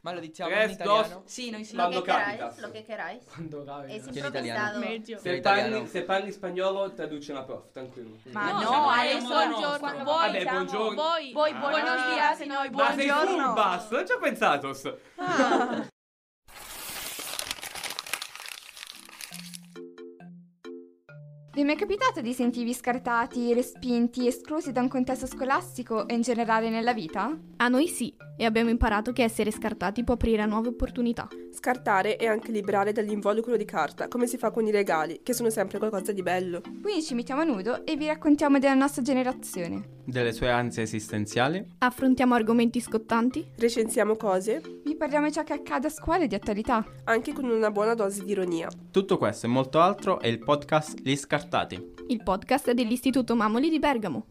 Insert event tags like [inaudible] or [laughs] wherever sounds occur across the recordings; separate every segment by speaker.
Speaker 1: Ma lo diciamo
Speaker 2: Tres,
Speaker 1: in italiano?
Speaker 2: dos.
Speaker 3: Sì, noi sì.
Speaker 2: Quando
Speaker 4: lo che queráis,
Speaker 2: capita.
Speaker 4: lo que queráis.
Speaker 2: Quando capita.
Speaker 4: Es
Speaker 1: in italiano.
Speaker 4: improvisado.
Speaker 5: Meglio.
Speaker 1: Sì.
Speaker 2: Se
Speaker 1: in
Speaker 2: parli,
Speaker 1: italiano.
Speaker 2: se parli spagnolo traduce una prof, tranquillo.
Speaker 3: Ma
Speaker 5: No,
Speaker 3: no,
Speaker 5: siamo
Speaker 3: adesso
Speaker 5: noi,
Speaker 3: buongiorno.
Speaker 5: quando
Speaker 3: Voi
Speaker 5: voi
Speaker 2: Vabbè,
Speaker 5: siamo-
Speaker 2: buongiorno.
Speaker 5: voi
Speaker 3: Voi
Speaker 2: Ah.
Speaker 3: buenos dias e noi
Speaker 2: Ma sei
Speaker 3: buongiorno.
Speaker 2: furbas, non ci ho pensato. s-
Speaker 6: Vi è mai capitato di sentirvi scartati, respinti, esclusi da un contesto scolastico e in generale nella vita?
Speaker 7: A noi sì, e abbiamo imparato che essere scartati può aprire a nuove opportunità.
Speaker 8: Scartare e anche liberare dall'involucro di carta, come si fa con i regali, che sono sempre qualcosa di bello.
Speaker 6: Quindi ci mettiamo a nudo e vi raccontiamo della nostra generazione.
Speaker 9: Delle sue ansie esistenziali?
Speaker 7: Affrontiamo argomenti scottanti?
Speaker 8: Recensiamo cose,
Speaker 6: Vi parliamo di ciò che accade a scuola e di attualità.
Speaker 8: anche con una buona dose di ironia.
Speaker 9: Tutto questo e molto altro è il podcast Gli Scartati.
Speaker 7: Il podcast dell'Istituto Mamoli di Bergamo.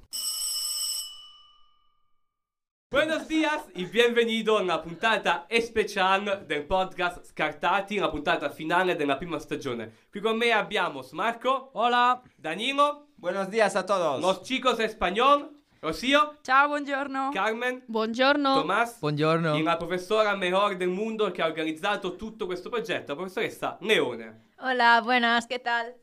Speaker 2: Buenos dias e benvenuto a una puntata special del podcast Scartati, la puntata finale della prima stagione. Qui con me abbiamo Smarco,
Speaker 1: Hola!
Speaker 2: Danilo,
Speaker 9: Buenos días a todos.
Speaker 2: los chicos español, Rocío,
Speaker 3: Ciao, buongiorno.
Speaker 2: Carmen,
Speaker 5: Buongiorno.
Speaker 2: Tomás
Speaker 1: Buongiorno.
Speaker 2: e la professora migliore del mondo che ha organizzato tutto questo progetto, la professoressa Leone.
Speaker 4: Hola, buenas, ¿qué tal?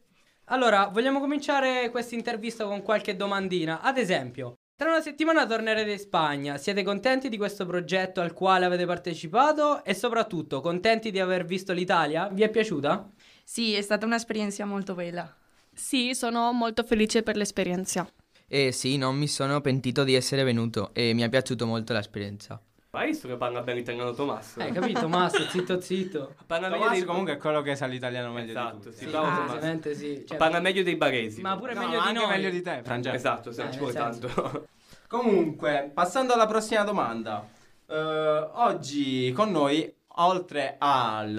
Speaker 10: Allora, vogliamo cominciare questa intervista con qualche domandina. Ad esempio, tra una settimana tornerete in Spagna. Siete contenti di questo progetto al quale avete partecipato? E soprattutto, contenti di aver visto l'Italia? Vi è piaciuta?
Speaker 3: Sì, è stata un'esperienza molto bella.
Speaker 5: Sì, sono molto felice per l'esperienza.
Speaker 1: Eh sì, non mi sono pentito di essere venuto e mi è piaciuto molto l'esperienza.
Speaker 2: Ma hai visto che parla bene italiano Tommaso?
Speaker 10: Eh, capito, Massa, zitto zitto.
Speaker 2: [laughs] Parla meglio
Speaker 9: Tommaso
Speaker 2: dei-
Speaker 9: comunque è quello che sa l'italiano meglio di tutti. Ah.
Speaker 2: Esatto, sì,
Speaker 10: Sì,
Speaker 2: bravo Tommaso.
Speaker 10: ovviamente sì. Cioè,
Speaker 2: Parla meglio dei baresi. cioè.
Speaker 10: ma pure
Speaker 9: No,
Speaker 10: meglio di
Speaker 9: anche
Speaker 10: noi.
Speaker 9: meglio di te, Francesco.
Speaker 2: Esatto, se non
Speaker 10: Eh,
Speaker 2: ci
Speaker 10: nel
Speaker 2: vuole
Speaker 10: senso.
Speaker 2: tanto.
Speaker 9: Comunque, passando alla prossima domanda. Eh, oggi con noi, oltre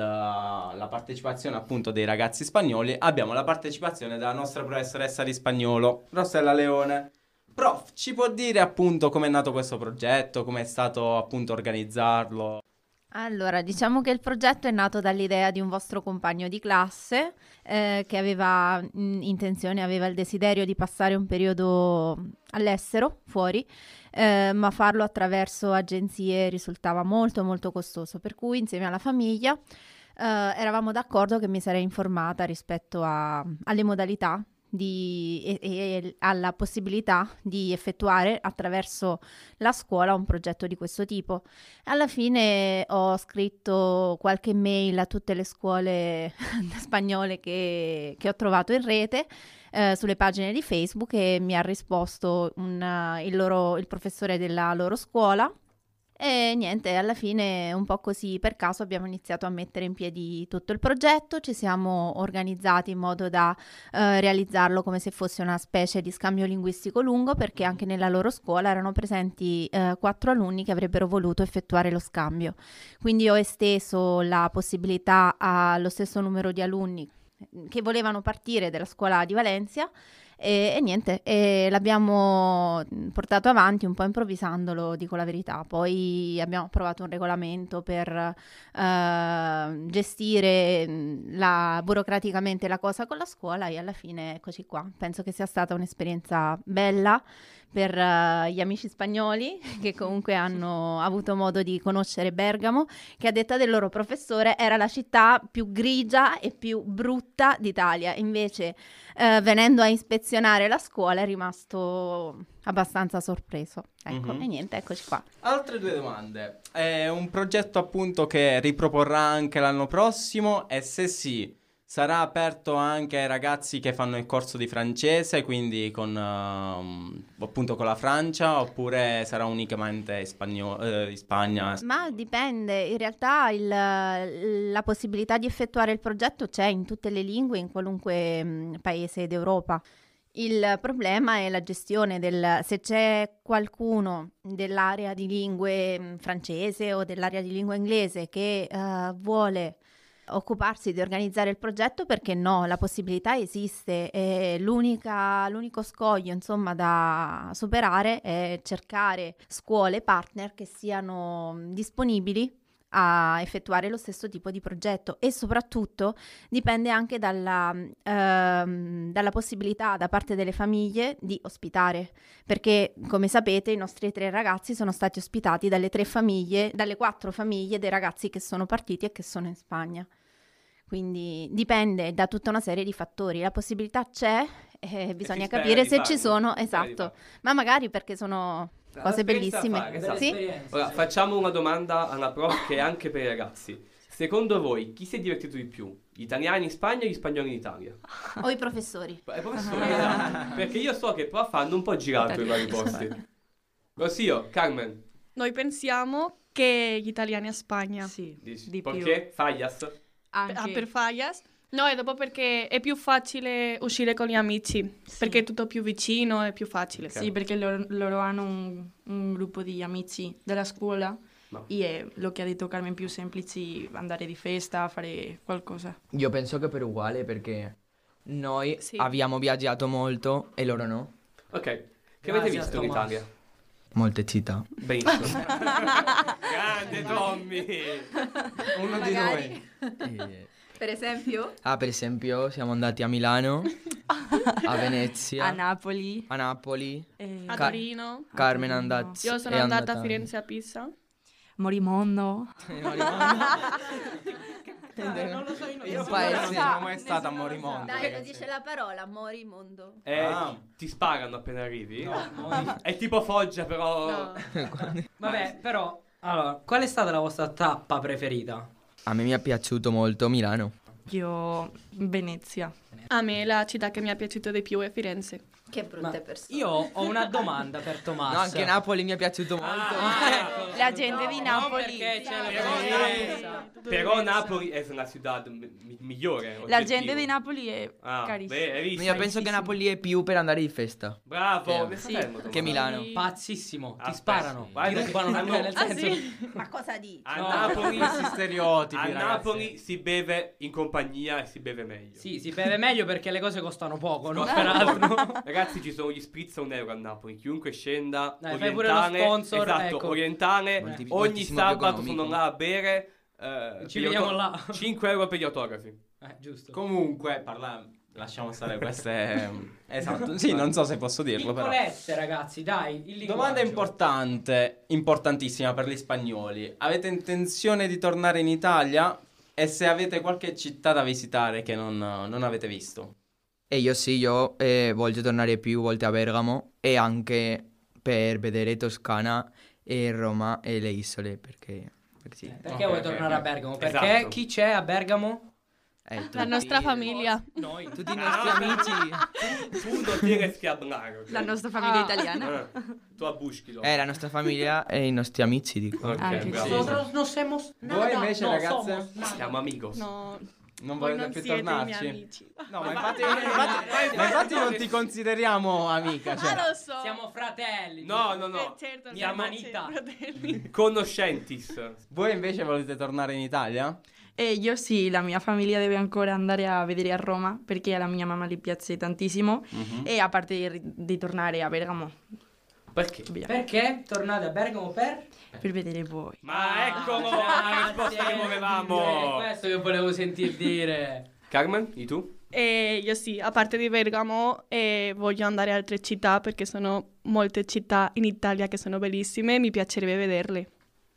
Speaker 9: alla partecipazione appunto dei ragazzi spagnoli, abbiamo la partecipazione della nostra professoressa di spagnolo, Rossella Leone. Prof, ci può dire appunto com'è nato questo progetto, com'è stato appunto organizzarlo?
Speaker 4: Allora, diciamo che il progetto è nato dall'idea di un vostro compagno di classe eh, che aveva mh, intenzione, aveva il desiderio di passare un periodo all'estero, fuori, eh, ma farlo attraverso agenzie risultava molto molto costoso, per cui insieme alla famiglia eh, eravamo d'accordo che mi sarei informata rispetto a- alle modalità di- e- e alla possibilità di effettuare attraverso la scuola un progetto di questo tipo. Alla fine ho scritto qualche mail a tutte le scuole [laughs] spagnole che, che ho trovato in rete, eh, sulle pagine di Facebook e mi ha risposto un, eh, il, loro- il professore della loro scuola. E niente, alla fine un po' così per caso abbiamo iniziato a mettere in piedi tutto il progetto, ci siamo organizzati in modo da eh, realizzarlo come se fosse una specie di scambio linguistico lungo perché anche nella loro scuola erano presenti eh, quattro alunni che avrebbero voluto effettuare lo scambio. Quindi ho esteso la possibilità allo stesso numero di alunni eh, che volevano partire dalla scuola di Valencia e, e niente, e l'abbiamo mm, portato avanti un po' improvvisandolo, dico la verità. Poi abbiamo approvato un regolamento per eh, gestire mh, la- burocraticamente la cosa con la scuola e alla fine eccoci qua. Penso che sia stata un'esperienza bella per eh, gli amici spagnoli [laughs] che comunque hanno avuto modo di conoscere Bergamo, che a detta del loro professore era la città più grigia e più brutta d'Italia. Invece eh, venendo a ispezionare la scuola è rimasto abbastanza sorpreso. Ecco,
Speaker 9: Mhm.
Speaker 4: e niente, eccoci qua.
Speaker 9: Altre due domande. È un progetto appunto che riproporrà anche l'anno prossimo e se sì, sarà aperto anche ai ragazzi che fanno il corso di francese, quindi con ehm, appunto con la Francia oppure sarà unicamente in, spagno- eh, in Spagna?
Speaker 4: Ma dipende, in realtà il- la possibilità di effettuare il progetto c'è in tutte le lingue, in qualunque mh, paese d'Europa. Il problema è la gestione del se c'è qualcuno dell'area di lingue mh, francese o dell'area di lingua inglese che eh, vuole occuparsi di organizzare il progetto perché no, la possibilità esiste e l'unica- l'unico scoglio insomma da superare è cercare scuole partner che siano disponibili a effettuare lo stesso tipo di progetto e soprattutto dipende anche dalla, mm, ehm, dalla possibilità da parte delle famiglie di ospitare, perché come sapete i nostri tre ragazzi sono stati ospitati dalle tre famiglie, dalle quattro famiglie dei ragazzi che sono partiti e che sono in Spagna. Quindi dipende da tutta una serie di fattori. La possibilità c'è, eh, bisogna
Speaker 2: spera
Speaker 4: capire
Speaker 2: di
Speaker 4: se
Speaker 2: farlo,
Speaker 4: ci sono,
Speaker 2: si spera di
Speaker 4: esatto. Ma magari perché sono cose
Speaker 2: l'esperienza fa,
Speaker 4: bellissime.
Speaker 2: esatto.
Speaker 4: Sì?
Speaker 2: Ora facciamo una domanda alla prof che è anche per i ragazzi. Secondo voi chi si è divertito di più? Gli italiani in Spagna o gli spagnoli in Italia?
Speaker 4: O i professori.
Speaker 2: Eh,
Speaker 10: Ah.
Speaker 2: professore, esatto, perché io so che prof hanno un po' girato i vari [laughs] posti. Rossio, Carmen,
Speaker 5: Noi pensiamo che gli italiani a Spagna.
Speaker 3: Sì.
Speaker 2: dici,
Speaker 3: Di più.
Speaker 2: perché? Fallas?
Speaker 5: Ah, per fallas? No, e dopo perché è più facile uscire con gli amici, perché è tutto più vicino, è più facile.
Speaker 2: Ok.
Speaker 5: Sì.
Speaker 3: Sì, perché loro, loro hanno un, un gruppo di amici della scuola
Speaker 2: No.
Speaker 3: e è lo che ha detto Carmen più semplici, andare di festa, fare qualcosa.
Speaker 2: eh.
Speaker 1: Io penso che per uguale perché noi
Speaker 5: Sì.
Speaker 1: abbiamo viaggiato molto e loro no.
Speaker 2: Ok, che avete
Speaker 10: Grazie,
Speaker 2: visto in
Speaker 10: Tommaso.
Speaker 2: Italia?
Speaker 1: Molte
Speaker 10: [laughs]
Speaker 1: città.
Speaker 2: Benissimo. Grande Tommy!
Speaker 9: Uno di noi.
Speaker 1: Eh,
Speaker 4: Per esempio?
Speaker 1: Ah, per esempio, siamo andati a Milano, a Venezia,
Speaker 3: A Napoli.
Speaker 1: a Napoli.
Speaker 3: eh,
Speaker 5: A
Speaker 1: Ca-
Speaker 5: Torino.
Speaker 1: Carmen è
Speaker 3: Torino.
Speaker 1: andata.
Speaker 5: Io sono
Speaker 1: è
Speaker 5: andata a
Speaker 1: [laughs]
Speaker 5: Firenze e a Pisa.
Speaker 3: Morimondo.
Speaker 10: non lo so io.
Speaker 9: Io
Speaker 1: paese.
Speaker 9: non sono mai stata a Morimondo.
Speaker 4: Dai, lo
Speaker 9: ragazzi.
Speaker 4: dice la parola, morimondo.
Speaker 2: Eh,
Speaker 9: Ah.
Speaker 2: Ti sparano appena arrivi?
Speaker 10: No,
Speaker 2: [laughs] È tipo Foggia però...
Speaker 5: No.
Speaker 10: Vabbè, però, allora, qual è stata la vostra tappa preferita?
Speaker 1: A me mi è piaciuto molto Milano.
Speaker 3: Io Venezia.
Speaker 5: A me la città che mi è piaciuta di più è Firenze.
Speaker 4: Che
Speaker 10: Ma
Speaker 4: brutte persone.
Speaker 10: [laughs] io
Speaker 9: [laughs]
Speaker 10: ho una domanda per Tommaso.
Speaker 1: No, anche Napoli mi è piaciuto molto.
Speaker 11: Ah,
Speaker 10: Napoli.
Speaker 11: ecco.
Speaker 3: La gente di Napoli.
Speaker 11: Eh,
Speaker 10: perché c'è la
Speaker 2: Però
Speaker 10: preferenza.
Speaker 2: Napoli- Però Napoli è una città mi- mi- migliore.
Speaker 3: La
Speaker 2: oggettivo.
Speaker 3: gente di Napoli è
Speaker 2: Ah,
Speaker 3: carissima.
Speaker 2: beh, hai visto?
Speaker 1: Io penso che Napoli è più per andare di festa.
Speaker 2: Bravo,
Speaker 1: Che-
Speaker 2: ne
Speaker 1: Sì.
Speaker 2: sapremmo,
Speaker 1: Che
Speaker 2: Tommaso.
Speaker 1: Milano.
Speaker 10: Pazzissimo,
Speaker 2: Ah,
Speaker 10: ti sparano,
Speaker 2: pessimo. Guarda
Speaker 10: ti
Speaker 2: che-
Speaker 10: rubano la
Speaker 2: Ah, no.
Speaker 10: mia, nel
Speaker 5: Ah,
Speaker 10: senso...
Speaker 5: sì?
Speaker 4: Ma cosa dici?
Speaker 2: A
Speaker 10: No.
Speaker 2: Napoli,
Speaker 9: Questi stereotipi,
Speaker 2: a
Speaker 9: ragazzi.
Speaker 2: Napoli si beve in compagnia e si beve meglio.
Speaker 10: [laughs] Sì, si beve meglio perché le cose costano poco, no?
Speaker 2: Costano
Speaker 9: [laughs]
Speaker 10: Peraltro.
Speaker 2: [laughs] Ragazzi, ci sono gli spritz a un euro a Napoli. Chiunque scenda,
Speaker 10: Dai, fai pure lo
Speaker 2: orientale,
Speaker 10: sponsor,
Speaker 2: esatto,
Speaker 10: ecco.
Speaker 2: orientale.
Speaker 1: Molti-
Speaker 2: ogni
Speaker 1: moltissimo
Speaker 2: sabato
Speaker 1: più
Speaker 2: sono
Speaker 1: economico.
Speaker 2: là a bere. eh,
Speaker 10: Ci
Speaker 2: per gli
Speaker 10: vediamo
Speaker 2: auto-
Speaker 10: là.
Speaker 2: 5 euro per gli autografi.
Speaker 10: Eh, giusto.
Speaker 9: Comunque, parla... lasciamo stare queste... esatto, sì, non so se posso dirlo però.
Speaker 10: Piccolezze, ragazzi, dai, il linguaggio.
Speaker 9: Domanda importante, importantissima per gli spagnoli. Avete intenzione di tornare in Italia? E se avete qualche città da visitare che non, non avete visto?
Speaker 1: E io sì, io eh, voglio tornare più volte a Bergamo e anche per vedere Toscana e Roma e le isole perché... perché sì.
Speaker 10: Eh,
Speaker 1: Eh,
Speaker 10: Perché
Speaker 9: Ok,
Speaker 10: vuoi
Speaker 9: ok,
Speaker 10: tornare
Speaker 9: ok.
Speaker 10: a Bergamo? Perché
Speaker 2: Esatto.
Speaker 10: chi c'è a Bergamo?
Speaker 5: La
Speaker 1: tutti-
Speaker 5: nostra famiglia.
Speaker 10: Noi.
Speaker 1: Tutti i nostri
Speaker 2: Ah.
Speaker 1: amici.
Speaker 2: Tu non tienes que hablar. ok?
Speaker 3: La nostra famiglia
Speaker 5: Ah.
Speaker 3: italiana.
Speaker 2: Eh, Tu abbuschilo.
Speaker 1: Eh, la nostra famiglia e i nostri amici, dico.
Speaker 2: Ok,
Speaker 3: Anche
Speaker 2: bravo.
Speaker 10: Nosotros no somos nada.
Speaker 9: Voi invece,
Speaker 10: no,
Speaker 9: ragazze?
Speaker 10: somos nada.
Speaker 2: Siamo amigos.
Speaker 5: No,
Speaker 9: Non
Speaker 5: voi
Speaker 9: volete
Speaker 5: non
Speaker 9: più
Speaker 5: siete i miei
Speaker 9: tornarci?
Speaker 5: amici.
Speaker 9: No, ma
Speaker 10: [laughs]
Speaker 9: infatti, infatti- ma infatti non ti consideriamo amica. Cioè.
Speaker 5: Ah, lo so.
Speaker 10: Siamo fratelli.
Speaker 2: No, no, no.
Speaker 5: Eh, certo,
Speaker 10: Mia
Speaker 5: siamo
Speaker 10: manita.
Speaker 5: fratelli.
Speaker 2: Conoscentis.
Speaker 9: Voi invece volete tornare in Italia?
Speaker 11: Eh,
Speaker 3: E io sì, la mia famiglia deve ancora andare a vedere a Roma perché alla mia mamma le piace tantissimo e a parte di, di tornare a Bergamo
Speaker 2: Perché?
Speaker 3: via,
Speaker 10: Perché tornate a Bergamo per?
Speaker 3: per vedere voi.
Speaker 2: Ma eccolo
Speaker 10: Ah,
Speaker 2: la
Speaker 10: [laughs] Grazie.
Speaker 2: risposta che
Speaker 10: Eh,
Speaker 2: volevamo.
Speaker 10: questo che volevo sentir dire.
Speaker 2: Carmen, e tu?
Speaker 5: E io sì, a parte di Bergamo eh, voglio andare a altre città perché sono molte città in Italia che sono bellissime e mi piacerebbe vederle.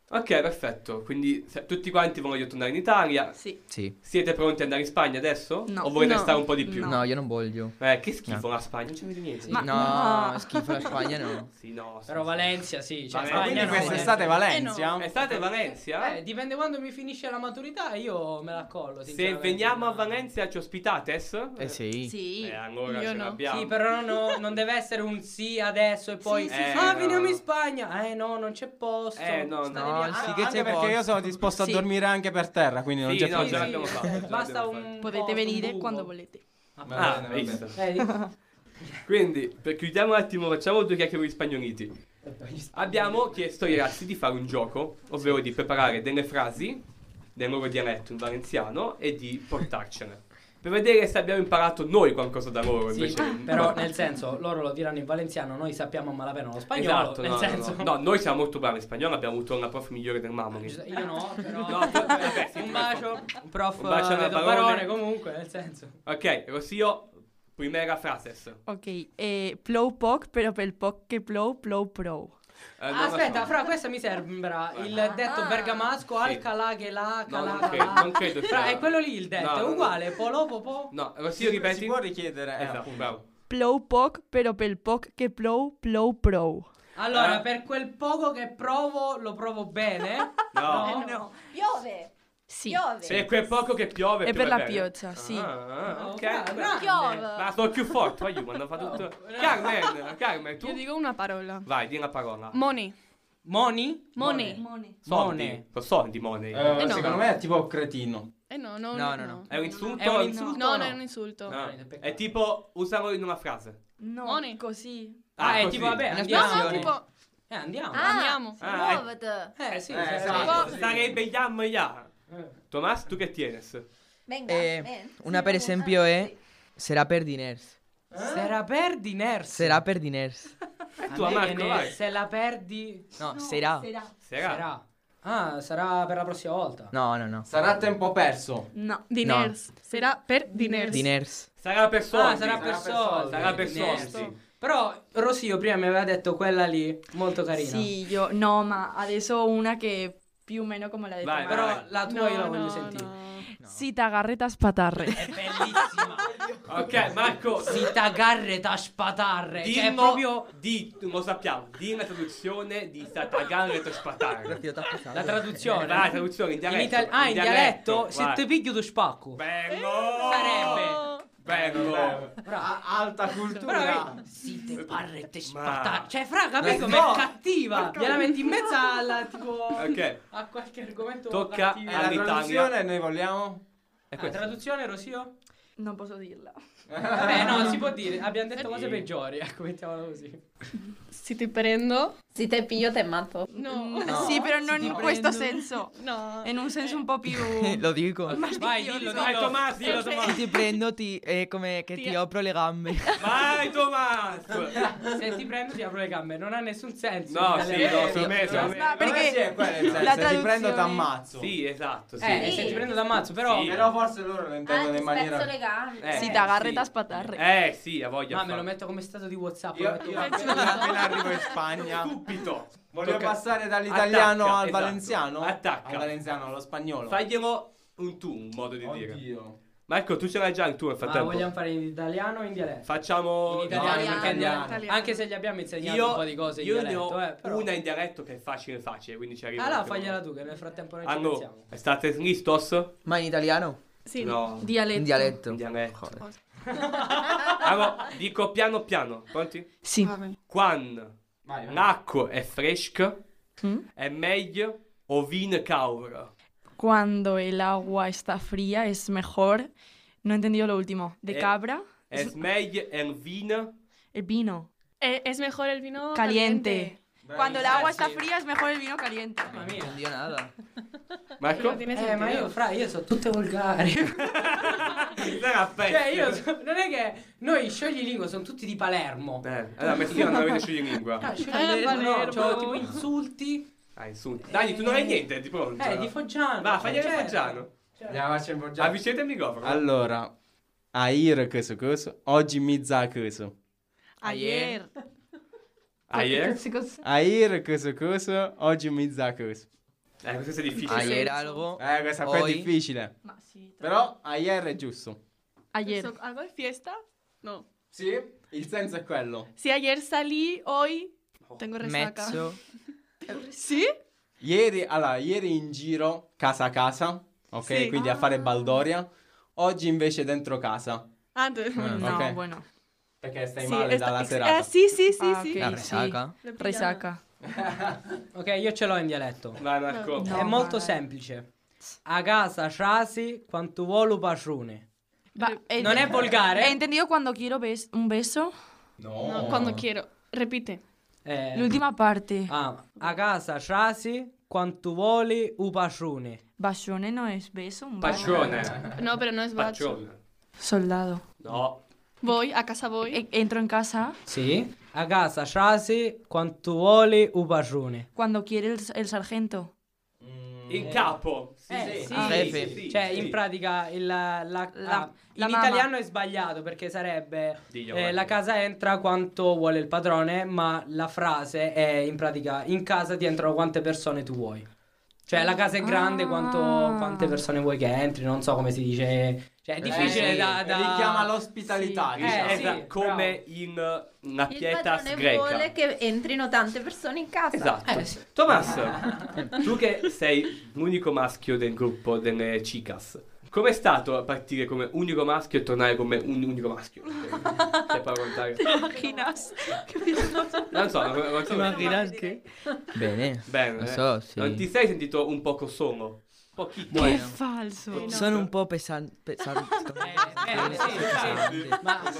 Speaker 2: Ok, perfetto. Quindi se- tutti quanti vogliono tornare in Italia.
Speaker 3: Sì.
Speaker 1: Sì.
Speaker 2: Siete pronti ad andare in Spagna adesso?
Speaker 3: No.
Speaker 2: O volete
Speaker 5: No.
Speaker 2: stare un po' di più?
Speaker 1: No.
Speaker 3: No.
Speaker 1: io non voglio.
Speaker 2: Eh, che schifo
Speaker 1: No.
Speaker 2: la Spagna, non ci vedi niente.
Speaker 3: Ma-
Speaker 1: no,
Speaker 3: no.
Speaker 1: schifo la
Speaker 2: [laughs]
Speaker 1: Spagna no.
Speaker 2: Sì, no. sì,
Speaker 10: Però
Speaker 2: sì.
Speaker 10: Valencia, sì. Cioè,
Speaker 2: Valencia.
Speaker 10: Spagna
Speaker 9: Ah, Quindi
Speaker 10: no.
Speaker 9: quest'estate Valencia?
Speaker 2: È stata a Valencia?
Speaker 10: Eh, dipende quando mi finisce la maturità, io me la collo.
Speaker 2: Se veniamo a Valencia ci ospitates?
Speaker 1: Eh sì.
Speaker 2: Eh, allora
Speaker 5: Io
Speaker 2: ce
Speaker 5: no.
Speaker 2: l'abbiamo.
Speaker 10: Sì, però no- non deve essere un sì adesso e poi
Speaker 2: Sì, sì, sì.
Speaker 10: ah,
Speaker 2: Eh,
Speaker 10: veniamo
Speaker 2: no.
Speaker 10: in Spagna. Eh no, non c'è posto.
Speaker 2: Eh, no,
Speaker 10: state
Speaker 1: no,
Speaker 10: via.
Speaker 1: il
Speaker 10: Ah,
Speaker 1: sì
Speaker 9: Anche
Speaker 1: che c'è
Speaker 9: perché
Speaker 1: posto.
Speaker 9: io sono disposto a
Speaker 3: Sì.
Speaker 9: dormire anche per terra, quindi non
Speaker 2: Sì,
Speaker 9: c'è
Speaker 2: no,
Speaker 9: problema.
Speaker 2: ce l'abbiamo
Speaker 10: [laughs]
Speaker 2: fatta, ce
Speaker 10: Basta
Speaker 2: l'abbiamo
Speaker 10: un
Speaker 3: Potete
Speaker 10: posto, un
Speaker 3: venire
Speaker 10: buco.
Speaker 3: quando volete.
Speaker 9: Va
Speaker 2: Ah,
Speaker 9: bene, va bene.
Speaker 2: visto.
Speaker 3: [laughs]
Speaker 10: Eh,
Speaker 2: Quindi, per chiudiamo un attimo, facciamo due chiacchiere con gli spagnoliti. Abbiamo chiesto ai ragazzi di fare un gioco, ovvero di preparare delle frasi nel loro dialetto in valenziano e di portarcene. per vedere se abbiamo imparato noi qualcosa da loro.
Speaker 10: Sì,
Speaker 2: invece. [laughs]
Speaker 10: però nel senso, loro lo diranno in valenziano, noi sappiamo a malapena lo spagnolo,
Speaker 2: Esatto,
Speaker 10: nel
Speaker 2: no, no,
Speaker 10: senso...
Speaker 2: no.
Speaker 10: [laughs]
Speaker 2: No, noi siamo molto bravi in spagnolo, abbiamo avuto una prof migliore del Mamori.
Speaker 10: Cioè, Io
Speaker 2: [laughs]
Speaker 10: no, [laughs] però...
Speaker 2: No, vabbè, sì,
Speaker 10: un bacio, prof...
Speaker 2: Un bacio Eh, alla
Speaker 10: Vito
Speaker 2: Barone.
Speaker 10: Barone, comunque, nel senso...
Speaker 2: Ok, Rossio, primera frases.
Speaker 11: Ok, eh, plou poc, però pel poc che plou, plou pro.
Speaker 2: Eh, non lo
Speaker 10: Aspetta,
Speaker 2: so.
Speaker 10: fra, questa mi sembra il detto
Speaker 5: Ah,
Speaker 10: bergamasco, alcalà, che là,
Speaker 2: No,
Speaker 10: calà,
Speaker 2: non
Speaker 10: calà.
Speaker 2: credo- non credo
Speaker 10: Fra,
Speaker 2: sia-
Speaker 10: è quello lì il detto,
Speaker 2: No,
Speaker 10: è
Speaker 2: no, no.
Speaker 10: uguale, polo, popo...
Speaker 2: No, Rossio, ripeti. Si può
Speaker 9: richiedere. Eh,
Speaker 2: Esatto, bravo.
Speaker 11: Plou poc, però pel poc che plou, plou pro.
Speaker 2: Eh?
Speaker 10: Allora, per quel poco che provo, lo provo bene. [laughs]
Speaker 2: No.
Speaker 4: Eh, Piove.
Speaker 11: Sì.
Speaker 4: Piove.
Speaker 2: Se è quel poco che piove...
Speaker 11: È
Speaker 2: piove
Speaker 11: per la
Speaker 2: bene.
Speaker 11: pioggia, sì.
Speaker 2: Ah, ah, ok.
Speaker 5: Bravo,
Speaker 2: bene.
Speaker 4: Piove.
Speaker 2: Ma sono più forte, vai, io, hanno fatto tutto... Carmen, Carmen, tu...
Speaker 5: Io dico una parola.
Speaker 2: Vai, di una parola.
Speaker 5: Money.
Speaker 10: Money?
Speaker 5: Money.
Speaker 2: Soldi. Sono soldi, money.
Speaker 5: Eh, no.
Speaker 9: Secondo me è tipo cretino.
Speaker 5: Eh no, no,
Speaker 2: No,
Speaker 5: no.
Speaker 2: no, no. È un insulto?
Speaker 10: È un insulto
Speaker 5: No, no,
Speaker 10: o no?
Speaker 5: è un insulto.
Speaker 2: Ah, È tipo, usalo in una frase.
Speaker 11: No, così.
Speaker 10: Ah, è
Speaker 2: così.
Speaker 10: tipo, vabbè,
Speaker 2: Una
Speaker 10: andiamo.
Speaker 2: espressione.
Speaker 5: tipo-
Speaker 10: Eh, andiamo.
Speaker 5: Ah, Andiamo.
Speaker 4: si
Speaker 2: Ah, eh.
Speaker 4: muovete.
Speaker 10: Eh, sì,
Speaker 2: Eh,
Speaker 10: sì,
Speaker 2: esatto.
Speaker 10: sì.
Speaker 2: Sarebbe yam ya.
Speaker 10: Eh.
Speaker 2: Tomás, ¿tú qué tienes?
Speaker 4: Venga, ah,
Speaker 1: Eh,
Speaker 4: ven.
Speaker 1: Una per esempio è Será per diners.
Speaker 10: Se la perdi, Ners.
Speaker 1: Será per diners.
Speaker 10: A
Speaker 2: tu, a Eh,
Speaker 10: me
Speaker 2: Marco,
Speaker 10: viene,
Speaker 2: vai.
Speaker 10: Se la perdi...
Speaker 1: No, será.
Speaker 2: Será.
Speaker 10: Sarà. Ah, sarà per la prossima volta.
Speaker 1: No, no, no.
Speaker 9: Sarà tempo perso.
Speaker 11: No.
Speaker 5: Diners. Sarà per diners.
Speaker 1: Diners.
Speaker 2: Sarà per soldi.
Speaker 10: Ah, sarà per soldi.
Speaker 2: Sarà per
Speaker 10: Ners.
Speaker 2: soldi.
Speaker 10: Però Rosio prima mi aveva detto quella lì, molto carina.
Speaker 11: Sì, io no, ma adesso una che più o meno come l'ha detto.
Speaker 10: Vai,
Speaker 11: Mara.
Speaker 10: però la tua io la voglio
Speaker 11: no,
Speaker 10: sentire.
Speaker 11: Si
Speaker 4: [laughs]
Speaker 11: t'agarreta spatarre.
Speaker 2: Ok, Marco,
Speaker 10: [laughs] Si tagarre ta spatarre. Che cioè, è
Speaker 2: Dillo
Speaker 10: proprio
Speaker 2: di, lo sappiamo, di una traduzione di Satagan e Tospatare.
Speaker 10: la traduzione.
Speaker 2: La traduzione in dialetto.
Speaker 10: In itali- ah, in dialetto, se te piglio tu spacco.
Speaker 2: Bello!
Speaker 10: Sarebbe.
Speaker 2: Bello!
Speaker 10: Bravo.
Speaker 9: Alta
Speaker 10: Però
Speaker 9: cultura.
Speaker 10: eh, si te parre te
Speaker 2: Ma-
Speaker 10: spatarre. Cioè, fra, capito
Speaker 2: No.
Speaker 10: com'è cattiva. Gliela metti in mezzo alla tipo
Speaker 2: Ok.
Speaker 10: a qualche argomento
Speaker 2: Tocca
Speaker 9: E
Speaker 10: cattivo.
Speaker 9: la
Speaker 2: All'Italia.
Speaker 9: traduzione noi vogliamo?
Speaker 2: È
Speaker 10: La
Speaker 2: questo.
Speaker 10: traduzione, Rosio?
Speaker 11: Non posso dirla.
Speaker 10: Vabbè, Eh, no, si può dire. Abbiamo detto
Speaker 2: Sì.
Speaker 10: cose peggiori. Ecco, mettiamola così.
Speaker 5: Si ti prendo.
Speaker 4: Si te piglio te mato.
Speaker 5: No.
Speaker 11: Mm, sì, però non in questo senso.
Speaker 5: No.
Speaker 11: In un senso un po' più...
Speaker 1: Lo dico.
Speaker 10: Vai, dillo,
Speaker 2: Vai
Speaker 10: dillo.
Speaker 2: Tomás, dillo Tomás.
Speaker 1: Se ti prendo ti è come che ti apro le gambe.
Speaker 2: Vai Tomás.
Speaker 10: Se ti prendo ti apro le gambe. Non ha nessun senso.
Speaker 2: No, sì,
Speaker 10: Dalle-
Speaker 2: no, sono me, sono me.
Speaker 11: Ma Ah, perché
Speaker 9: sì, è cioè, quello, nel senso,
Speaker 11: la
Speaker 9: Se ti prendo
Speaker 11: traduzione-
Speaker 9: t'ammazzo.
Speaker 2: Sì, esatto, sì.
Speaker 10: Eh, se ti prendo d'ammazzo, però...
Speaker 2: Sì.
Speaker 9: Però forse loro lo
Speaker 4: Ah,
Speaker 9: intendono
Speaker 4: ti
Speaker 9: in maniera...
Speaker 4: spezzo le gambe.
Speaker 2: Eh,
Speaker 11: si t'agarreta
Speaker 2: sì.
Speaker 11: spatarre.
Speaker 2: Eh, sì, ha voglia.
Speaker 10: Ma
Speaker 2: fa.
Speaker 10: me lo metto come stato di Whatsapp.
Speaker 9: Io,
Speaker 10: lo metto
Speaker 9: io
Speaker 10: qua.
Speaker 9: appena appena arrivo in Spagna
Speaker 2: Subito.
Speaker 9: voglio
Speaker 2: Tocca-
Speaker 9: passare dall'italiano
Speaker 2: Attacca,
Speaker 9: al
Speaker 2: esatto.
Speaker 9: valenziano.
Speaker 2: Attacca.
Speaker 9: Al valenziano allo spagnolo.
Speaker 2: Faglielo un tu, un modo di dire.
Speaker 9: Oddio.
Speaker 2: Marco, tu ce l'hai già il tuo nel
Speaker 10: Ma
Speaker 2: frattempo.
Speaker 10: Ah, vogliamo fare in italiano o in dialetto?
Speaker 2: Facciamo
Speaker 10: In italiano,
Speaker 9: in
Speaker 10: perché
Speaker 9: italiano.
Speaker 10: andiamo-
Speaker 5: Ah,
Speaker 10: Anche se gli abbiamo insegnato
Speaker 2: Io,
Speaker 10: un po' di cose in
Speaker 2: io ne
Speaker 10: dialetto,
Speaker 2: ho
Speaker 10: eh, però-
Speaker 2: una in dialetto che è facile facile, quindi ci arrivo.
Speaker 10: Allora
Speaker 2: anche
Speaker 10: fagliela
Speaker 2: noi.
Speaker 10: tu, che nel frattempo noi
Speaker 2: Ah
Speaker 10: ci pensiamo.
Speaker 2: no, state listos?
Speaker 1: Ma in italiano?
Speaker 5: Sì.
Speaker 2: Eh, No,
Speaker 11: Dialetto.
Speaker 1: In dialetto.
Speaker 2: in dialetto.
Speaker 1: Joder.
Speaker 2: Allora, dico piano piano, pronti?
Speaker 11: Sì.
Speaker 2: Quan
Speaker 9: Vai, vai.
Speaker 2: l'acqua è fresca,
Speaker 11: Mm?
Speaker 2: è meglio o vin caura.
Speaker 11: Cuando el agua está fría es mejor. No he entendido lo último. De
Speaker 2: Eh,
Speaker 11: cabra,
Speaker 2: È meglio il vino
Speaker 11: el vino
Speaker 5: Eh, Es mejor el vino
Speaker 11: caliente.
Speaker 5: caliente.
Speaker 11: Cuando el agua está fría es mejor el vino caliente.
Speaker 10: Mamma mia.
Speaker 1: Non dio nada.
Speaker 2: Marco?
Speaker 5: Non tiene
Speaker 10: Eh, ma io, fra, io so tutte
Speaker 2: [laughs]
Speaker 10: volgari.
Speaker 2: Sarà peggio.
Speaker 10: cioè, io so- non è che noi scioglilingua sono tutti di Palermo.
Speaker 2: Eh, allora, Messina non avete sugli lingua.
Speaker 10: Ah, scioglilingua,
Speaker 5: Palermo.
Speaker 10: no, c'ho tipo insulti.
Speaker 2: Ah, insulti. Dai, tu non hai niente di pronto.
Speaker 10: Eh, di Foggiano.
Speaker 2: Va, fagli il
Speaker 10: Certo.
Speaker 2: Foggiano.
Speaker 9: Andiamo a Cemboggiano.
Speaker 2: Avvicenda il microfono.
Speaker 9: Allora, air coso coso, oggi mizza coso.
Speaker 11: Ayer.
Speaker 2: Ayer?
Speaker 9: Air coso coso, oggi mizza coso.
Speaker 2: Eh, questo è difficile.
Speaker 1: Ayer algo.
Speaker 9: Eh, questa qua
Speaker 1: Oi.
Speaker 9: è difficile.
Speaker 11: Ma sì, tra-
Speaker 9: Però air è giusto.
Speaker 11: Ayer.
Speaker 5: ¿Algo de fiesta? No.
Speaker 9: Sì, il senso è quello.
Speaker 5: Si ayer salí, hoy tengo resaca.
Speaker 1: Mezzo.
Speaker 5: [laughs] ¿Sí?
Speaker 9: Ieri, allora, ieri in giro, casa a casa, ok?
Speaker 5: Sì.
Speaker 9: Quindi a fare baldoria. Oggi invece dentro casa, Mm,
Speaker 5: Ah, entonces,
Speaker 9: [laughs]
Speaker 5: bueno.
Speaker 11: No,
Speaker 9: ok.
Speaker 11: bueno.
Speaker 9: perché stai
Speaker 5: Sí,
Speaker 9: male
Speaker 5: esta-
Speaker 9: dalla
Speaker 5: ex-
Speaker 9: serata.
Speaker 5: ah, sí, sí, sí,
Speaker 11: Ah,
Speaker 5: sí.
Speaker 11: ok.
Speaker 1: La
Speaker 11: sì.
Speaker 1: resaca.
Speaker 5: Lo pigliano.
Speaker 11: Resaca.
Speaker 10: Ok, io ce l'ho in dialetto.
Speaker 2: Vai, Marco.
Speaker 11: No,
Speaker 10: è molto
Speaker 11: vabbè.
Speaker 10: semplice. A casa ciasi quanto volo pacione.
Speaker 11: Va, eh,
Speaker 10: Non è
Speaker 11: He
Speaker 10: volgare.
Speaker 11: entendido cuando quiero bes- un beso.
Speaker 9: No.
Speaker 5: No, cuando quiero. Repite.
Speaker 10: Eh,
Speaker 11: L'ultima parte.
Speaker 10: ah, a casa ciasi quanto voli u pacione.
Speaker 11: Bacione no es beso. Un
Speaker 2: Pacione.
Speaker 5: No, pero no es bacho.
Speaker 2: Pacione.
Speaker 11: Soldado. E-,
Speaker 2: No.
Speaker 5: Voi, a casa voi?
Speaker 11: entro en casa
Speaker 10: Sì. A casa, Shasi, quanto vuole un bacione.
Speaker 11: cuando quiere el, el sargento.
Speaker 2: In capo. Sì,
Speaker 10: Eh, sì,
Speaker 2: Ah, sì,
Speaker 10: sì, sì.
Speaker 2: sì,
Speaker 10: cioè
Speaker 2: sì.
Speaker 10: in pratica il, la,
Speaker 11: La-
Speaker 10: ah,
Speaker 11: la
Speaker 10: in
Speaker 11: mamma.
Speaker 10: italiano è sbagliato perché sarebbe
Speaker 2: Diglielo,
Speaker 10: eh,
Speaker 2: guarda.
Speaker 10: la casa entra quanto vuole il padrone, ma la frase è in pratica in casa ti entrano quante persone tu vuoi. Cioè la casa è grande quanto, quante persone vuoi che entri, non so come si dice. Cioè è difficile
Speaker 9: Eh, sì,
Speaker 10: da, da...
Speaker 9: richiama
Speaker 10: [laughs]
Speaker 9: l'ospitalità,
Speaker 10: Sì.
Speaker 9: diciamo.
Speaker 10: Eh,
Speaker 2: Esa-
Speaker 10: sì,
Speaker 2: come in uh, una
Speaker 4: Il
Speaker 2: pietas
Speaker 4: padrone
Speaker 2: greca.
Speaker 4: vuole che entrino tante persone in casa.
Speaker 2: Esatto.
Speaker 4: Eh, sì. Eh.
Speaker 2: Thomas, tu che sei l'unico maschio del gruppo delle chicas, com'è stato partire come unico maschio e tornare come un unico
Speaker 4: [laughs]
Speaker 2: maschio? Se puoi raccontare.
Speaker 11: imaginas?
Speaker 2: Non so, non, non so.
Speaker 10: che?
Speaker 1: Bene.
Speaker 2: Bene. eh.
Speaker 1: Lo so, sì.
Speaker 2: Non ti sei sentito un poco solo? Pochissimo.
Speaker 1: Bueno.
Speaker 11: falso.
Speaker 1: Sono un po' pesante.
Speaker 10: Eh,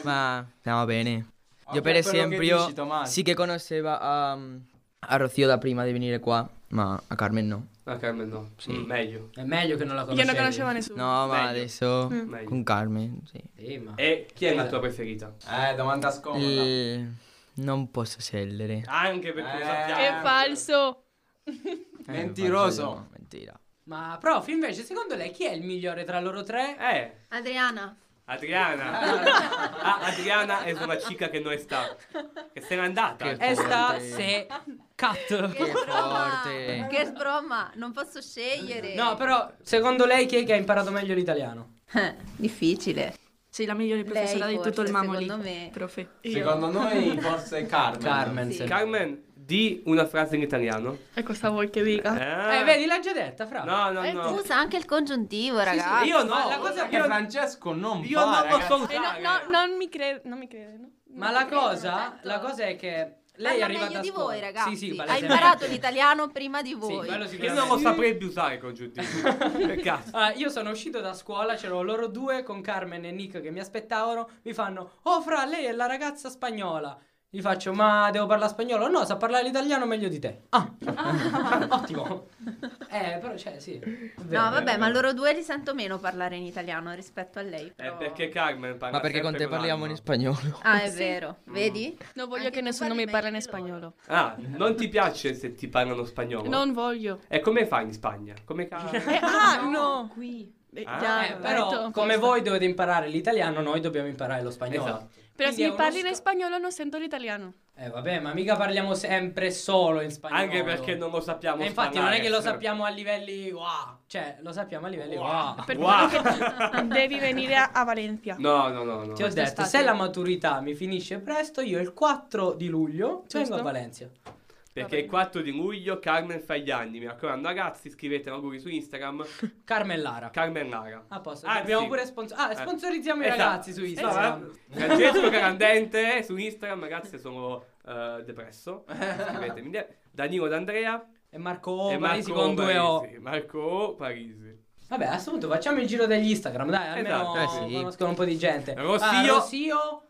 Speaker 1: Ma andiamo bene. Io
Speaker 9: Ok, quello
Speaker 1: per
Speaker 9: che
Speaker 1: esempio
Speaker 9: dici, Tomás.
Speaker 1: sì che conosceva a, a Rocío da prima di venire qua, ma a Carmen no.
Speaker 2: Ah, Carmen no. Mm, meglio.
Speaker 10: È meglio che non la
Speaker 5: Io
Speaker 10: conoscevi.
Speaker 5: non conoscevo nessuno.
Speaker 1: No, ma
Speaker 2: Meglio.
Speaker 1: adesso
Speaker 5: Mm.
Speaker 2: Meglio.
Speaker 1: con Carmen, sì.
Speaker 10: Sì, ma...
Speaker 2: E chi è la
Speaker 1: Esatto.
Speaker 2: tua preferita?
Speaker 9: Eh, domanda scomoda.
Speaker 1: Eh, non posso scegliere.
Speaker 2: Anche perché lo
Speaker 9: Eh.
Speaker 5: È
Speaker 2: sappiamo.
Speaker 5: falso.
Speaker 1: Eh,
Speaker 9: Mentiroso.
Speaker 1: faccio- mentira.
Speaker 10: ma prof, invece, secondo lei chi è il migliore tra loro tre?
Speaker 2: Eh,
Speaker 4: Adriana,
Speaker 2: Adriana. ah, Adriana è una chica che non è sta. Che se n'è andata. Eh,
Speaker 1: Che
Speaker 10: È sta
Speaker 1: forte.
Speaker 10: se cat.
Speaker 4: che broma!
Speaker 1: forte.
Speaker 4: Che broma, non posso scegliere.
Speaker 10: No, però secondo lei chi è che ha imparato meglio l'italiano?
Speaker 4: Eh, Difficile.
Speaker 11: Soy la migliore profesora
Speaker 4: Lei
Speaker 11: di tutto il
Speaker 4: forse,
Speaker 11: mamoli.
Speaker 4: secondo me.
Speaker 11: Profe.
Speaker 9: Secondo noi forse Carmen.
Speaker 10: Carmen.
Speaker 4: Sì.
Speaker 10: se-
Speaker 2: Carmen, di una frase in italiano.
Speaker 5: È questa voi che dica.
Speaker 10: Eh, vedi, l'ha già detta, fra.
Speaker 2: Ah. No, no,
Speaker 5: Eh,
Speaker 2: no.
Speaker 4: Usa anche il congiuntivo, ragazzi.
Speaker 2: Io no,
Speaker 10: Ma la cosa
Speaker 9: Perché
Speaker 10: io-
Speaker 9: Francesco non
Speaker 2: Io
Speaker 9: fa,
Speaker 2: non lo
Speaker 9: ragazzi.
Speaker 2: so
Speaker 5: Eh, no,
Speaker 2: usare.
Speaker 5: no, non mi credo, non mi credo. no?
Speaker 10: Ma la cosa,
Speaker 4: tanto.
Speaker 10: la cosa è che lei è
Speaker 4: Parla
Speaker 10: arrivata
Speaker 4: meglio
Speaker 10: a
Speaker 4: di
Speaker 10: scuola.
Speaker 4: voi, ragazzi.
Speaker 10: Sì, sì,
Speaker 4: ha
Speaker 10: palesemente.
Speaker 4: imparato l'italiano prima di
Speaker 10: Sì,
Speaker 4: voi.
Speaker 10: quello
Speaker 2: Io
Speaker 10: sicuramente.
Speaker 2: non lo saprei più usare il congiuntivo. per caso.
Speaker 10: Ah, io sono uscito da scuola, c'erano loro due con Carmen e Nick che mi aspettavano. Mi fanno, oh, fra lei è la ragazza spagnola. Gli faccio, ma devo parlare spagnolo? No, sa parlare l'italiano meglio di te. Ah, [laughs] ottimo. Eh, però, cioè, sì. è vero.
Speaker 4: no, vabbè, ma loro due li sento meno parlare in italiano rispetto a lei.
Speaker 2: Eh,
Speaker 4: però-
Speaker 2: perché Carmen parla
Speaker 1: Ma perché con
Speaker 2: sempre
Speaker 1: te parliamo
Speaker 2: l'anima.
Speaker 1: in spagnolo?
Speaker 4: Ah, è vero,
Speaker 10: Mm.
Speaker 4: vedi?
Speaker 5: Non voglio
Speaker 4: Anche
Speaker 5: che
Speaker 4: tu
Speaker 5: nessuno
Speaker 4: parli
Speaker 5: mi parli in
Speaker 4: meglio di loro.
Speaker 5: spagnolo.
Speaker 2: Ah, non ti piace se ti parlano spagnolo?
Speaker 5: Non voglio.
Speaker 2: E come fai in Spagna? Come ca-
Speaker 5: Eh, ah, no.
Speaker 11: Qui.
Speaker 5: Eh,
Speaker 2: Ah,
Speaker 5: già,
Speaker 10: Eh,
Speaker 5: ho detto
Speaker 10: però, come
Speaker 5: questa.
Speaker 10: voi dovete imparare l'italiano, noi dobbiamo imparare lo spagnolo.
Speaker 2: Esatto.
Speaker 5: Però
Speaker 10: Quindi
Speaker 5: se
Speaker 10: è
Speaker 5: mi
Speaker 10: uno
Speaker 5: parli in
Speaker 10: sca-
Speaker 5: spagnolo non sento l'italiano.
Speaker 10: Eh, vabbè, ma mica parliamo sempre solo in spagnolo.
Speaker 2: Anche perché non lo sappiamo. eh.
Speaker 10: E Eh, infatti, non è che lo
Speaker 2: spanare.
Speaker 10: sappiamo a livelli wow. Cioè, lo sappiamo a livelli wow.
Speaker 2: Wow.
Speaker 5: Per
Speaker 2: Wow.
Speaker 5: quello [laughs] che devi venire a, a Valencia.
Speaker 2: No, no, no, no.
Speaker 10: Ti ho detto, se la maturità mi finisce presto, io il 4 di luglio
Speaker 5: Giusto.
Speaker 10: vengo a Valencia.
Speaker 2: Perché il 4 di luglio Carmen fa gli anni. Mi raccomando, ragazzi, scrivete auguri su Instagram.
Speaker 10: [laughs] Carmen Lara.
Speaker 2: Carmen Lara.
Speaker 10: A posto,
Speaker 2: Anzi,
Speaker 10: Ah, abbiamo pure sponsor- ah,
Speaker 2: eh,
Speaker 10: sponsorizziamo i
Speaker 2: esatto.
Speaker 10: ragazzi su Instagram.
Speaker 2: No, eh. Francesco Carandente su Instagram, ragazzi, sono eh, depresso.
Speaker 10: [laughs]
Speaker 2: Scrivetemi. Danilo D'Andrea
Speaker 10: E Marco O,
Speaker 2: e Marco
Speaker 10: Oh, Parisi con due O.
Speaker 2: Parisi. Marco O, Parisi.
Speaker 10: Vabbè, a questo punto facciamo il giro degli Instagram, dai, almeno
Speaker 2: Esatto,
Speaker 1: eh sì.
Speaker 10: conoscono un po' di gente.
Speaker 2: Rossio.
Speaker 10: Ah, Rossio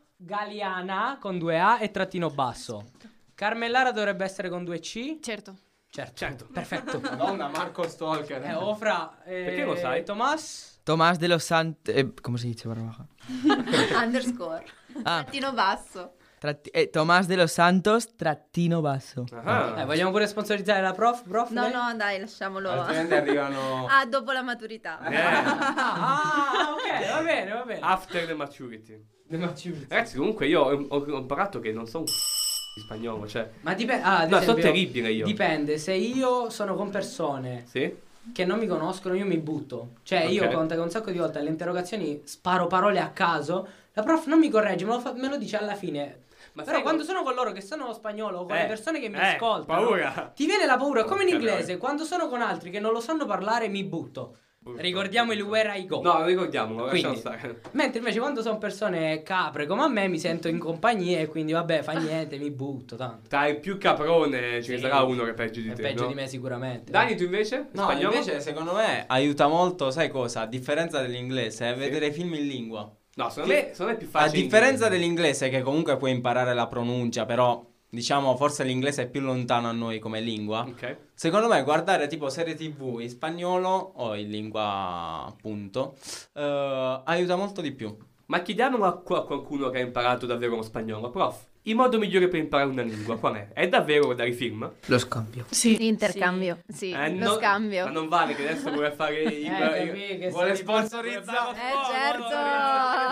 Speaker 10: Galiana con due A e trattino basso. Carmen Lara dovrebbe essere con due C.
Speaker 5: Certo.
Speaker 10: Certo,
Speaker 2: [laughs]
Speaker 10: perfetto.
Speaker 9: eh. Madonna, Marco Stalker.
Speaker 10: [laughs] Eh, Ofra, eh,
Speaker 2: Perché lo sai?
Speaker 10: Tomas?
Speaker 1: [laughs] Tomás de los Santos. ¿Cómo se dice, Barbaja?
Speaker 4: [laughs] Underscore.
Speaker 1: Ah.
Speaker 4: Trattino basso.
Speaker 1: Tratti- eh, Tomás de los Santos, trattino basso.
Speaker 2: Ah.
Speaker 10: Eh, vogliamo pure sponsorizzare la prof? prof
Speaker 4: No,
Speaker 10: lei?
Speaker 4: no, dai, lasciamolo. [laughs]
Speaker 9: Altrimenti arrivano...
Speaker 4: Ah, dopo la maturità.
Speaker 2: Eh,
Speaker 10: Ah, ah, ok, va bene, va bene.
Speaker 2: after the maturity.
Speaker 10: Ma ci-
Speaker 2: Ragazzi, comunque io ho, ho- ho imparato che non so un di spagnolo, cioè...
Speaker 10: Ma dipende. Ah, ad
Speaker 2: No, sono
Speaker 10: esempio,
Speaker 2: terribile io.
Speaker 10: Dipende, se io sono con persone
Speaker 2: Sì?
Speaker 10: che non mi conoscono, io mi butto. Cioè, io
Speaker 2: Ok.
Speaker 10: conta che un sacco di volte alle interrogazioni sparo parole a caso. La prof non mi corregge, me lo, fa- me lo dice alla fine.
Speaker 2: Ma
Speaker 10: Però
Speaker 2: sai
Speaker 10: quando
Speaker 2: co-
Speaker 10: sono con loro che sono spagnolo, con le
Speaker 2: Eh,
Speaker 10: persone che mi
Speaker 2: eh,
Speaker 10: ascoltano,
Speaker 2: paura.
Speaker 10: ti viene la paura. Come in
Speaker 2: Porca
Speaker 10: inglese,
Speaker 2: troia.
Speaker 10: quando sono con altri che non lo sanno parlare, mi butto. Ricordiamo il where I go.
Speaker 2: No, eh. ricordiamo, lasciamo
Speaker 10: Quindi.
Speaker 2: stare.
Speaker 10: Mentre invece quando sono persone capre come a me mi sento in compagnia e quindi vabbè fa niente, mi butto tanto.
Speaker 2: Tra il più caprone ce ne
Speaker 10: Sì.
Speaker 2: sarà uno che è peggio di
Speaker 10: È
Speaker 2: te,
Speaker 10: peggio
Speaker 2: no?
Speaker 10: di me sicuramente.
Speaker 2: Dani, tu invece?
Speaker 9: No,
Speaker 2: spagnolo?
Speaker 9: invece secondo me aiuta molto, sai cosa? A differenza dell'inglese, è vedere film in lingua.
Speaker 2: No, secondo me, secondo me è più
Speaker 9: A
Speaker 2: facile.
Speaker 9: differenza
Speaker 2: inglese.
Speaker 9: dell'inglese, che comunque puoi imparare la pronuncia, però diciamo forse l'inglese è più lontano a noi come lingua.
Speaker 2: Ok.
Speaker 9: Secondo me guardare tipo serie tv in spagnolo o in lingua appunto eh, aiuta molto di più.
Speaker 2: Ma chiediamolo a, qua- a qualcuno che ha imparato davvero lo spagnolo. Prof, il modo migliore per imparare una lingua qual è? È davvero dare film?
Speaker 1: Lo scambio.
Speaker 4: Sì. L'intercambio, sì,
Speaker 2: Eh,
Speaker 4: lo
Speaker 2: no-
Speaker 4: scambio.
Speaker 2: Ma non vale che adesso vuole
Speaker 4: [laughs]
Speaker 2: fare il...
Speaker 10: Eh,
Speaker 2: il-
Speaker 10: capì che
Speaker 2: vuole
Speaker 10: sei-
Speaker 2: sponsorizzare...
Speaker 4: Eh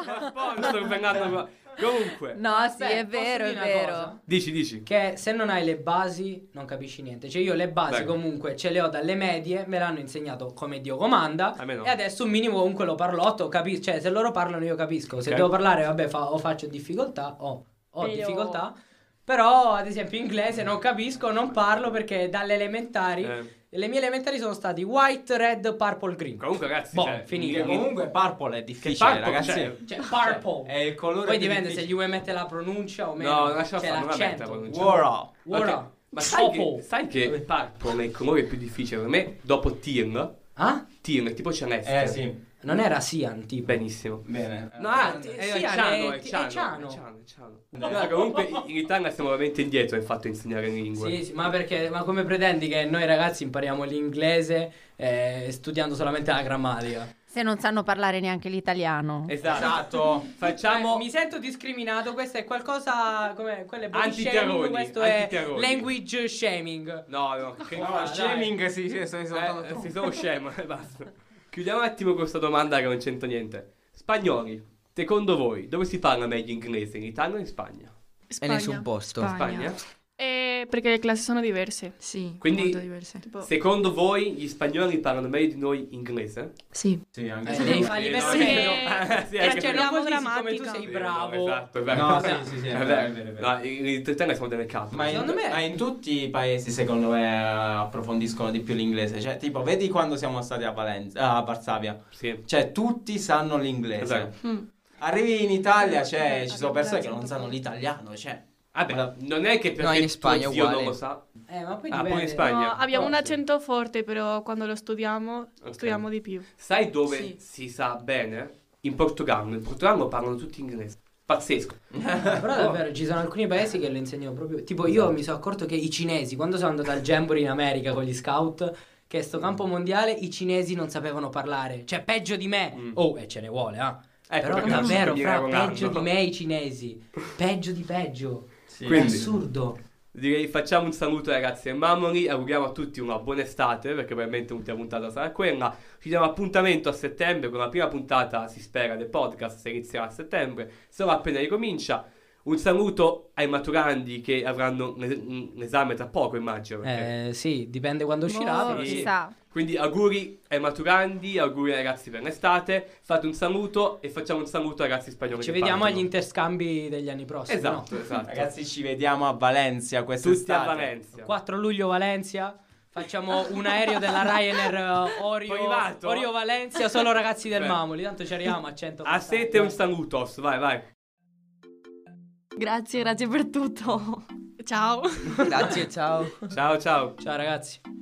Speaker 4: certo!
Speaker 2: Sto vengando- Comunque,
Speaker 4: No, sì,
Speaker 10: Beh,
Speaker 4: è
Speaker 10: posso
Speaker 4: vero, è
Speaker 10: dire una
Speaker 4: vero.
Speaker 10: cosa?
Speaker 2: dici, dici.
Speaker 10: Che se non hai le basi non capisci niente. Cioè io le basi
Speaker 2: Beh.
Speaker 10: comunque ce le ho dalle medie, me l'hanno insegnato come Dio comanda.
Speaker 2: A me no.
Speaker 10: E adesso un minimo comunque lo parlotto, capisco. Cioè se loro parlano io capisco. Se
Speaker 2: Ok.
Speaker 10: devo parlare vabbè fa- o faccio difficoltà o ho
Speaker 11: Però-
Speaker 10: difficoltà. Però ad esempio inglese non capisco, non parlo perché dalle elementari...
Speaker 2: Eh.
Speaker 10: Le mie elementari sono stati white, red, purple, green.
Speaker 2: Comunque ragazzi,
Speaker 10: Boh,
Speaker 2: cioè,
Speaker 10: finito.
Speaker 2: che
Speaker 9: Comunque purple è difficile,
Speaker 2: purple,
Speaker 9: ragazzi.
Speaker 2: cioè,
Speaker 10: Cioè, purple.
Speaker 9: È il colore
Speaker 10: Poi
Speaker 9: più
Speaker 10: dipende se
Speaker 9: difficile.
Speaker 10: gli vuoi mettere la pronuncia o meno.
Speaker 2: No, lascia
Speaker 10: C'è
Speaker 2: fare, non la metta
Speaker 10: l'accento.
Speaker 2: la pronuncia.
Speaker 9: Wara.
Speaker 10: Ora.
Speaker 2: Ok, Ma sai che,
Speaker 10: Purple.
Speaker 2: sai che il purple è il colore più difficile per me dopo teal?
Speaker 10: Ah?
Speaker 2: Teal, tipo celeste.
Speaker 9: Eh sì.
Speaker 10: Non era Sian, tipo.
Speaker 2: Benissimo.
Speaker 9: Bene. Eh,
Speaker 2: No, ah,
Speaker 10: Sì,
Speaker 2: t-
Speaker 10: sì,
Speaker 2: è
Speaker 10: Ale,
Speaker 2: Ciano, è
Speaker 10: ti- è
Speaker 2: Ciano, è
Speaker 10: Ciano.
Speaker 2: Ciano, è Ciano. Guarda, comunque in Italia siamo veramente indietro nel fatto di insegnare lingue.
Speaker 10: Sì, sì, ma perché? Ma come pretendi che noi ragazzi impariamo l'inglese eh, studiando solamente la grammatica?
Speaker 4: Se non sanno parlare neanche l'italiano.
Speaker 9: Esatto.
Speaker 10: Eh,
Speaker 2: Facciamo
Speaker 10: mi sento discriminato, questo è qualcosa come quelle body
Speaker 2: Antiterroni,
Speaker 10: shaming, questo è
Speaker 2: antiterroni.
Speaker 10: language shaming.
Speaker 2: No, no, che
Speaker 10: No,
Speaker 9: eh,
Speaker 2: dai.
Speaker 9: Shaming si sì, sono
Speaker 2: Eh, si sono scemo, e basta. Chiudiamo un attimo con questa domanda che non c'entra niente. Spagnoli, secondo voi dove si parla meglio inglese? In Italia o in Spagna?
Speaker 1: E
Speaker 5: Spagna.
Speaker 1: nessun posto.
Speaker 11: Spagna.
Speaker 2: Spagna?
Speaker 5: Eh, perché le classi sono diverse.
Speaker 11: Sì,
Speaker 2: Quindi-
Speaker 11: molto diverse.
Speaker 5: Tipo,
Speaker 2: Secondo voi gli spagnoli parlano meglio di noi inglese?
Speaker 11: Sì.
Speaker 9: Sì, anche
Speaker 10: Eh,
Speaker 9: se
Speaker 10: devi
Speaker 9: devi
Speaker 10: fargli
Speaker 2: no,
Speaker 10: per
Speaker 5: sì. [laughs]
Speaker 10: meno.
Speaker 2: Eh, [laughs] sì,
Speaker 10: Eh,
Speaker 2: anche
Speaker 10: cioè,
Speaker 2: perché-
Speaker 10: non così,
Speaker 5: Abbiamo
Speaker 10: siccome tu
Speaker 5: grammatica.
Speaker 10: sei
Speaker 2: Sì,
Speaker 10: bravo.
Speaker 2: Esatto, è vero.
Speaker 9: No, sì, sì, sì, è vero,
Speaker 2: È
Speaker 9: è vero, è vero.
Speaker 2: No, in in Italia siamo del cazzo.
Speaker 9: Ma in,
Speaker 10: Secondo me-
Speaker 9: ma in tutti i paesi, secondo me, approfondiscono di più l'inglese. Cioè, tipo, vedi quando siamo stati a Valenza, a Varsavia.
Speaker 2: Sì.
Speaker 9: Cioè, tutti sanno l'inglese.
Speaker 2: Esatto.
Speaker 5: mm.
Speaker 9: Arrivi in Italia, cioè,
Speaker 5: Eh,
Speaker 9: ci sono
Speaker 5: abbiamo
Speaker 9: persone che
Speaker 5: l'accento
Speaker 9: non sanno
Speaker 5: forte.
Speaker 9: l'italiano, cioè.
Speaker 2: Vabbè, non è che perché
Speaker 1: in Spagna
Speaker 2: tuo
Speaker 1: è
Speaker 2: zio non
Speaker 1: uguale.
Speaker 2: lo sa.
Speaker 10: Eh, ma poi
Speaker 2: Ah,
Speaker 10: dipende.
Speaker 2: poi in Spagna.
Speaker 5: No, abbiamo
Speaker 2: Oh,
Speaker 5: un
Speaker 2: sì.
Speaker 5: accento forte, però quando lo studiamo,
Speaker 2: Ok.
Speaker 5: studiamo di più.
Speaker 2: Sai dove
Speaker 11: Sì.
Speaker 2: si sa bene? In Portogallo. In Portogallo parlano tutti inglese. Pazzesco.
Speaker 10: Eh,
Speaker 2: [laughs] Oh.
Speaker 10: Però davvero ci sono alcuni paesi che lo insegnano proprio. Tipo,
Speaker 2: Esatto.
Speaker 10: io mi sono accorto che i cinesi, quando sono andato al Jamboree in America con gli scout, che sto campo mondiale, i cinesi non sapevano parlare. Cioè, peggio di me.
Speaker 2: Mm.
Speaker 10: Oh, e ce ne vuole, ah.
Speaker 2: Ecco
Speaker 10: Però
Speaker 2: perché non si
Speaker 10: davvero,
Speaker 2: può dire
Speaker 10: fra,
Speaker 2: Ronaldo.
Speaker 10: peggio di me i cinesi. Peggio di peggio.
Speaker 2: Quindi-
Speaker 10: Assurdo.
Speaker 2: Direi facciamo un saluto ragazzi e mamoli, auguriamo a tutti una buona estate perché probabilmente l'ultima puntata sarà quella. Ci diamo appuntamento a settembre con la prima puntata, si spera, del podcast se inizierà a settembre, solo appena ricomincia. Un saluto ai maturandi che avranno un es- un esame tra poco immagino. perché-
Speaker 10: Eh, sì, dipende quando uscirà.
Speaker 4: Boh,
Speaker 10: però
Speaker 2: sì.
Speaker 4: si sa.
Speaker 2: Quindi auguri ai maturandi, auguri ai ragazzi per l'estate, fate un saluto e facciamo un saluto ai ragazzi spagnoli.
Speaker 10: Ci
Speaker 2: che
Speaker 10: vediamo agli
Speaker 2: partono.
Speaker 10: interscambi degli anni prossimi.
Speaker 2: Esatto,
Speaker 10: no?
Speaker 2: esatto.
Speaker 9: Ragazzi, ci vediamo a Valencia quest'estate.
Speaker 2: tutti a Valencia.
Speaker 10: 4 luglio Valencia. Facciamo un aereo della Ryanair eh, Orio,
Speaker 2: Privato?
Speaker 10: Orio Valencia, solo ragazzi del
Speaker 2: Beh.
Speaker 10: Mamoli. Tanto ci arriviamo a 100.
Speaker 2: A sette Ah, un saluto, vai,
Speaker 10: [laughs]
Speaker 2: vai.
Speaker 11: Grazie, grazie per tutto.
Speaker 5: Ciao.
Speaker 1: Grazie, ciao.
Speaker 2: Ciao, ciao.
Speaker 10: Ciao ragazzi.